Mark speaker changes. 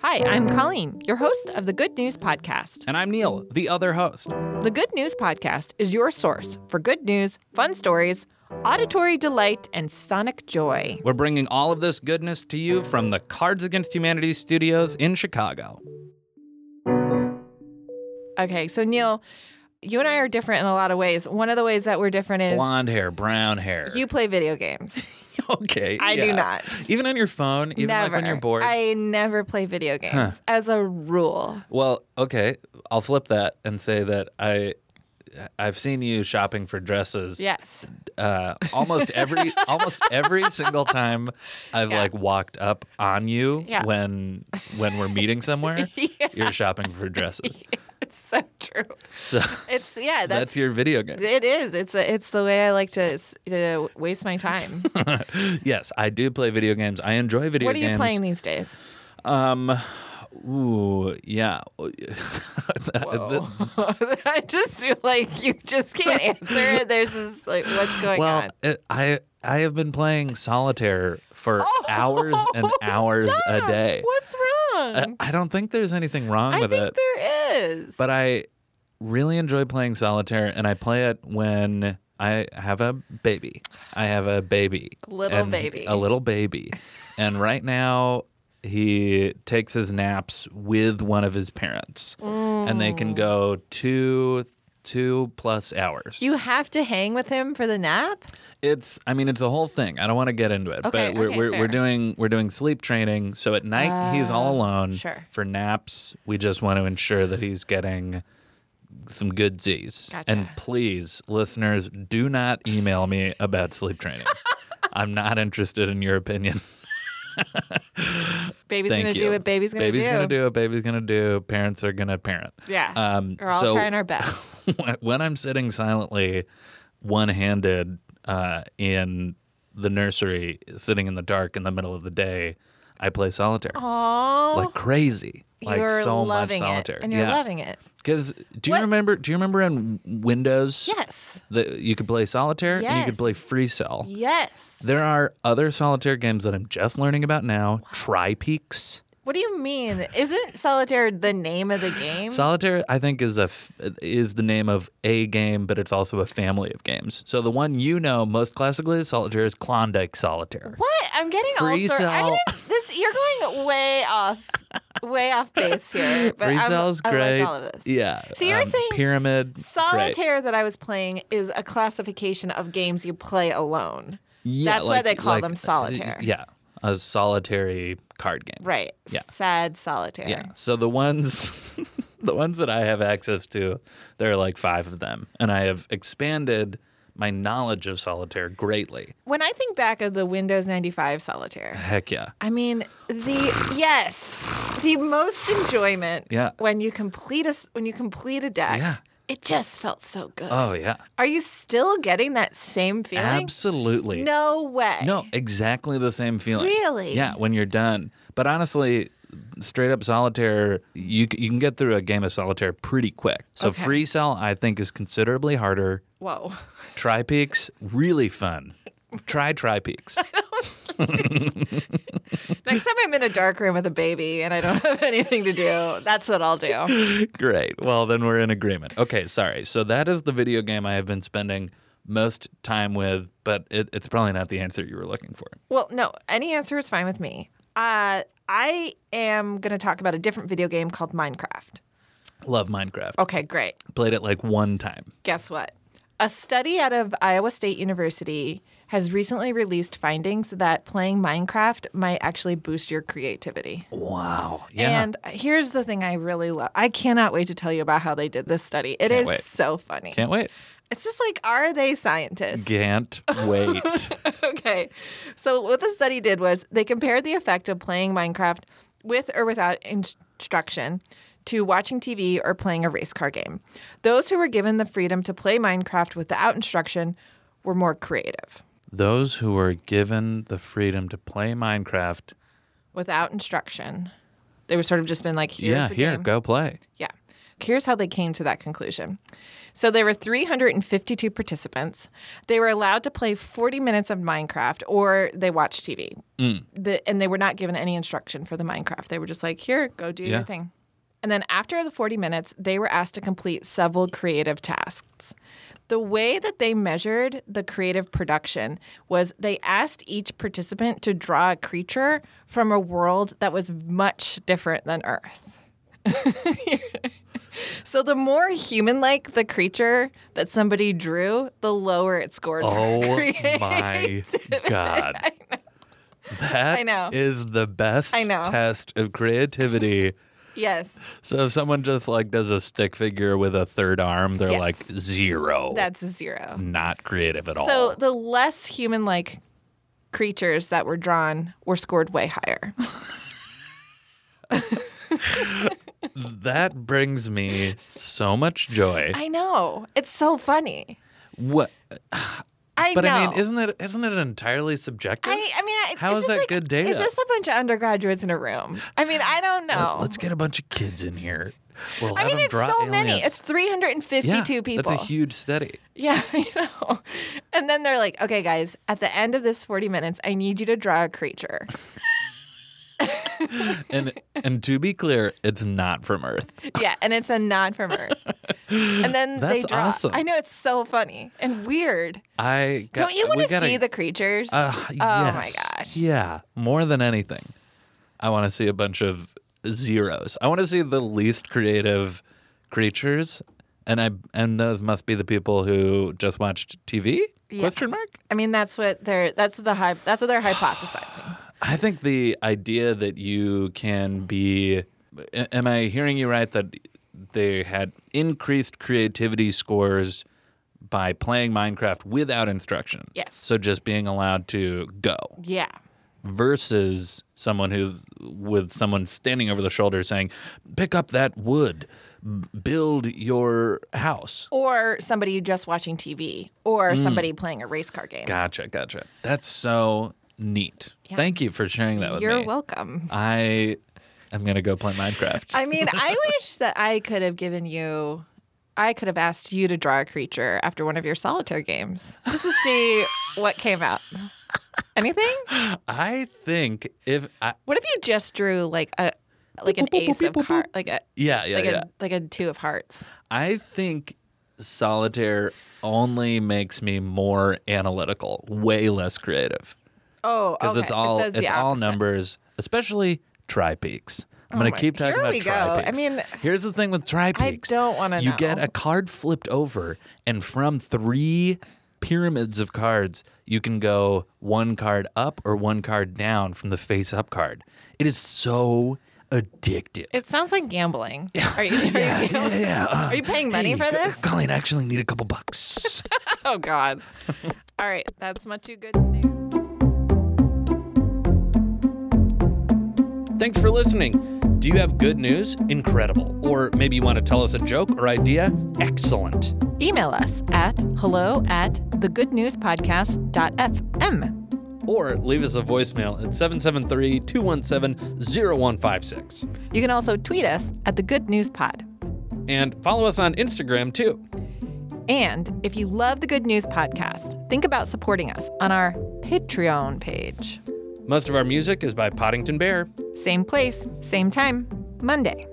Speaker 1: Hi, I'm Colleen, your host of the Good News Podcast.
Speaker 2: And I'm Neil, the other host.
Speaker 1: The Good News Podcast is your source for good news, fun stories, auditory delight, and sonic joy.
Speaker 2: We're bringing all of this goodness to you from the Cards Against Humanity studios in Chicago.
Speaker 1: Okay, so Neil, you and I are different in a lot of ways. One of the ways that we're different is
Speaker 2: Blonde hair, brown hair.
Speaker 1: you play video games.
Speaker 2: okay.
Speaker 1: I do
Speaker 2: yeah.
Speaker 1: not.
Speaker 2: Even on your phone, even
Speaker 1: never.
Speaker 2: like when you're bored.
Speaker 1: I never play video games
Speaker 2: Huh.
Speaker 1: as a rule.
Speaker 2: Well, okay, I'll flip that and say that I I've seen you shopping for dresses
Speaker 1: Yes.
Speaker 2: uh, almost every almost every single time I've
Speaker 1: Yeah.
Speaker 2: like walked up on you
Speaker 1: Yeah.
Speaker 2: when when we're meeting somewhere. You're shopping for dresses.
Speaker 1: It's so true.
Speaker 2: So
Speaker 1: It's yeah,
Speaker 2: that's,
Speaker 1: that's,
Speaker 2: your video game.
Speaker 1: it is. It's a, it's the way I like to, s- to waste my time.
Speaker 2: yes, I do play video games. I enjoy video
Speaker 1: what are
Speaker 2: games.
Speaker 1: you playing these days?
Speaker 2: Um, ooh, yeah.
Speaker 1: Whoa. I just feel like you just can't answer it. There's this like, what's going
Speaker 2: well,
Speaker 1: on?
Speaker 2: it- I I have been playing solitaire for
Speaker 1: Oh,
Speaker 2: hours and hours
Speaker 1: stop.
Speaker 2: a day.
Speaker 1: What's
Speaker 2: I,
Speaker 1: wrong?
Speaker 2: I don't think there's anything wrong
Speaker 1: I
Speaker 2: with
Speaker 1: think
Speaker 2: it,
Speaker 1: there is.
Speaker 2: but I really enjoy playing solitaire, and I play it when I have a baby. I have a baby,
Speaker 1: Little
Speaker 2: and-
Speaker 1: baby.
Speaker 2: a little baby, and right now. He takes his naps with one of his parents, and they
Speaker 1: Mm.
Speaker 2: can go two two plus hours.
Speaker 1: you have to hang with him for the nap.
Speaker 2: It's I mean it's a whole thing. I don't want to get into it,
Speaker 1: Okay,
Speaker 2: but we're
Speaker 1: okay,
Speaker 2: we're,
Speaker 1: fair. Ah,
Speaker 2: we're doing we're doing sleep training. So at night he's all alone.
Speaker 1: sure.
Speaker 2: For naps, we just want to ensure that he's getting some good Z's.
Speaker 1: Gotcha.
Speaker 2: And please, listeners, do not email me about sleep training. I'm not interested in your opinion.
Speaker 1: Baby's
Speaker 2: Thank
Speaker 1: gonna
Speaker 2: you.
Speaker 1: do what baby's gonna
Speaker 2: baby's
Speaker 1: do.
Speaker 2: gonna do what baby's gonna do. Parents are gonna parent.
Speaker 1: Yeah.
Speaker 2: Um,
Speaker 1: We're all
Speaker 2: so-
Speaker 1: trying our best.
Speaker 2: when I'm sitting silently, one handed uh, in the nursery, sitting in the dark in the middle of the day, I play solitaire
Speaker 1: Oh,
Speaker 2: like crazy, like
Speaker 1: you're
Speaker 2: so
Speaker 1: loving
Speaker 2: much solitaire.
Speaker 1: it, and you're
Speaker 2: yeah,
Speaker 1: loving it.
Speaker 2: because do you
Speaker 1: What-
Speaker 2: remember? Do you remember in Windows?
Speaker 1: Yes,
Speaker 2: That you could play solitaire and you
Speaker 1: Yes.
Speaker 2: could play free cell.
Speaker 1: yes.
Speaker 2: There are other solitaire games that I'm just learning about now. Tri Peaks.
Speaker 1: What do you mean? Isn't solitaire the name of the game?
Speaker 2: Solitaire, I think, is a f- is the name of a game, but it's also a family of games. So the one you know most classically is Solitaire is Klondike Solitaire.
Speaker 1: What? I'm getting
Speaker 2: Free
Speaker 1: all sorts. I
Speaker 2: cell.
Speaker 1: didn't, this you're going way off, way off base here. But
Speaker 2: Free
Speaker 1: I'm,
Speaker 2: cell's
Speaker 1: I like
Speaker 2: great.
Speaker 1: all of this.
Speaker 2: Yeah. um,
Speaker 1: So you're saying
Speaker 2: pyramid great.
Speaker 1: Solitaire that I was playing is a classification of games you play alone.
Speaker 2: Yeah,
Speaker 1: that's why they call them
Speaker 2: uh,
Speaker 1: solitaire.
Speaker 2: Yeah, a solitary card game.
Speaker 1: Right.
Speaker 2: Yeah.
Speaker 1: Sad solitaire.
Speaker 2: Yeah. So the ones the ones that I have access to, there are like five of them, and I have expanded my knowledge of solitaire greatly.
Speaker 1: When I think back of the Windows 95 solitaire,
Speaker 2: Heck yeah.
Speaker 1: I mean, the yes, the most enjoyment
Speaker 2: Yeah.
Speaker 1: when you complete a s- when you complete a deck.
Speaker 2: Yeah.
Speaker 1: It just felt so good.
Speaker 2: Oh yeah.
Speaker 1: Are you still getting that same feeling?
Speaker 2: Absolutely.
Speaker 1: No way.
Speaker 2: No, exactly the same feeling.
Speaker 1: Really?
Speaker 2: Yeah, when you're done. But honestly, straight up solitaire, you c- you can get through a game of solitaire pretty quick. So
Speaker 1: Okay.
Speaker 2: free cell, I think, is considerably harder.
Speaker 1: Whoa.
Speaker 2: Tri peaks, really fun. Try tri peaks.
Speaker 1: Next time I'm in a dark room with a baby and I don't have anything to do, that's what I'll do.
Speaker 2: Great. Well, then we're in agreement. Okay, sorry. So that is the video game I have been spending most time with, but it, it's probably not the answer you were looking for.
Speaker 1: Well, no, any answer is fine with me. Uh, I am going to talk about a different video game called Minecraft.
Speaker 2: Love Minecraft.
Speaker 1: Okay, great.
Speaker 2: Played it like one time.
Speaker 1: Guess what? A study out of Iowa State University has recently released findings that playing Minecraft might actually boost your creativity.
Speaker 2: Wow. Yeah.
Speaker 1: And here's the thing I really love. I cannot wait to tell you about how they did this study. It is
Speaker 2: Can't wait.
Speaker 1: so funny.
Speaker 2: Can't wait.
Speaker 1: It's just like, are they scientists?
Speaker 2: Can't wait.
Speaker 1: okay. So what the study did was they compared the effect of playing Minecraft with or without instruction to watching TV or playing a race car game. Those who were given the freedom to play Minecraft without instruction were more creative.
Speaker 2: Those who were given the freedom to play Minecraft,
Speaker 1: Without instruction, they were sort of just been like, "Here's
Speaker 2: yeah,
Speaker 1: the
Speaker 2: here,
Speaker 1: game."
Speaker 2: go play.
Speaker 1: Yeah. Here's how they came to that conclusion. So there were 352 participants. They were allowed to play 40 minutes of Minecraft or they watched TV. The, and they were not given any instruction for the Minecraft. They were just like, here, go do
Speaker 2: Yeah.
Speaker 1: your thing. And then after the 40 minutes, they were asked to complete several creative tasks. The way that they measured the creative production was they asked each participant to draw a creature from a world that was much different than Earth. so the more human-like the creature that somebody drew, the lower it scored. for
Speaker 2: Oh
Speaker 1: creative.
Speaker 2: my god. That
Speaker 1: I know.
Speaker 2: is the best
Speaker 1: I know.
Speaker 2: test of creativity.
Speaker 1: Yes,
Speaker 2: So if someone just like does a stick figure with a third arm, they're
Speaker 1: Yes.
Speaker 2: like zero.
Speaker 1: that's a zero.
Speaker 2: not creative at
Speaker 1: So
Speaker 2: all.
Speaker 1: the less human like creatures that were drawn were scored way higher.
Speaker 2: That brings me so much joy.
Speaker 1: I know. It's so funny.
Speaker 2: what?
Speaker 1: I
Speaker 2: But
Speaker 1: know.
Speaker 2: I mean, isn't it isn't it entirely subjective?
Speaker 1: I, I mean, I-
Speaker 2: How
Speaker 1: it's
Speaker 2: is
Speaker 1: just
Speaker 2: that
Speaker 1: like,
Speaker 2: good data?
Speaker 1: Is this a bunch of undergraduates in a room? I mean, I don't know.
Speaker 2: Let's get a bunch of kids in here. We'll
Speaker 1: I
Speaker 2: have
Speaker 1: mean,
Speaker 2: 'em
Speaker 1: it's
Speaker 2: draw
Speaker 1: so many.
Speaker 2: aliens.
Speaker 1: It's 352
Speaker 2: yeah,
Speaker 1: people.
Speaker 2: That's a huge study.
Speaker 1: yeah, you know. And then they're like, okay, guys, at the end of this 40 minutes, I need you to draw a creature.
Speaker 2: And and to be clear, it's not from Earth.
Speaker 1: yeah, and it's a nod from Earth. And then they
Speaker 2: That's
Speaker 1: draw.
Speaker 2: awesome.
Speaker 1: I know it's so funny and weird.
Speaker 2: I got,
Speaker 1: Don't you
Speaker 2: want to
Speaker 1: see the creatures?
Speaker 2: Uh,
Speaker 1: my
Speaker 2: yes.
Speaker 1: gosh.
Speaker 2: Yeah, more than anything, I want to see a bunch of zeros. I want to see the least creative creatures, and I and those must be the people who just watched TV? Question mark.
Speaker 1: I mean, that's what they're that's the hy- that's what they're hypothesizing.
Speaker 2: I think the idea that you can be. a- Am I hearing you right that they had increased creativity scores by playing Minecraft without instruction?
Speaker 1: Yes.
Speaker 2: So just being allowed to go.
Speaker 1: Yeah.
Speaker 2: versus someone who's with someone standing over the shoulder saying, "Pick up that wood, b- build your house."
Speaker 1: Or somebody just watching TV,
Speaker 2: Mm.
Speaker 1: or somebody playing a race car game.
Speaker 2: Gotcha, gotcha. That's so neat.
Speaker 1: Yeah.
Speaker 2: Thank you for sharing that with
Speaker 1: You're
Speaker 2: me.
Speaker 1: welcome.
Speaker 2: I am gonna go play Minecraft.
Speaker 1: I mean, I wish that I could have given you, I could have asked you to draw a creature after one of your solitaire games just to see what came out. Anything?
Speaker 2: I think if I,
Speaker 1: What if you just drew like a like an ace of cards, like a
Speaker 2: yeah, yeah,
Speaker 1: like
Speaker 2: yeah.
Speaker 1: a like a two of hearts?
Speaker 2: I think solitaire only makes me more analytical, way less creative.
Speaker 1: Oh,
Speaker 2: because it's
Speaker 1: okay. It
Speaker 2: all
Speaker 1: says the
Speaker 2: it's all
Speaker 1: opposite. Oh
Speaker 2: numbers, especially tri peaks. I'm gonna
Speaker 1: my-
Speaker 2: keep talking
Speaker 1: here
Speaker 2: about
Speaker 1: we go.
Speaker 2: tri
Speaker 1: I
Speaker 2: peaks.
Speaker 1: mean,
Speaker 2: here's the thing with tri peaks.
Speaker 1: don't wanna
Speaker 2: You get
Speaker 1: know.
Speaker 2: a card flipped over, and from three pyramids of cards, you can go one card up or one card down from the face up card. It is so addictive.
Speaker 1: It sounds like gambling. Are you, are you
Speaker 2: yeah,
Speaker 1: gambling?
Speaker 2: yeah. uh,
Speaker 1: Are you paying money
Speaker 2: hey,
Speaker 1: for this?
Speaker 2: Colleen, I actually need a couple bucks.
Speaker 1: Oh God. All right, that's much too good news.
Speaker 2: Thanks for listening. Do you have good news? Incredible. Or maybe you want to tell us a joke or idea? Excellent.
Speaker 1: Email us at hello at thegoodnewspodcast.fm.
Speaker 2: Or leave us a voicemail at 773 217 0156.
Speaker 1: You can also tweet us at the Good News Pod.
Speaker 2: And follow us on Instagram too.
Speaker 1: And if you love the Good News Podcast, think about supporting us on our Patreon page.
Speaker 2: Most of our music is by Poddington Bear.
Speaker 1: Same place, same time, Monday.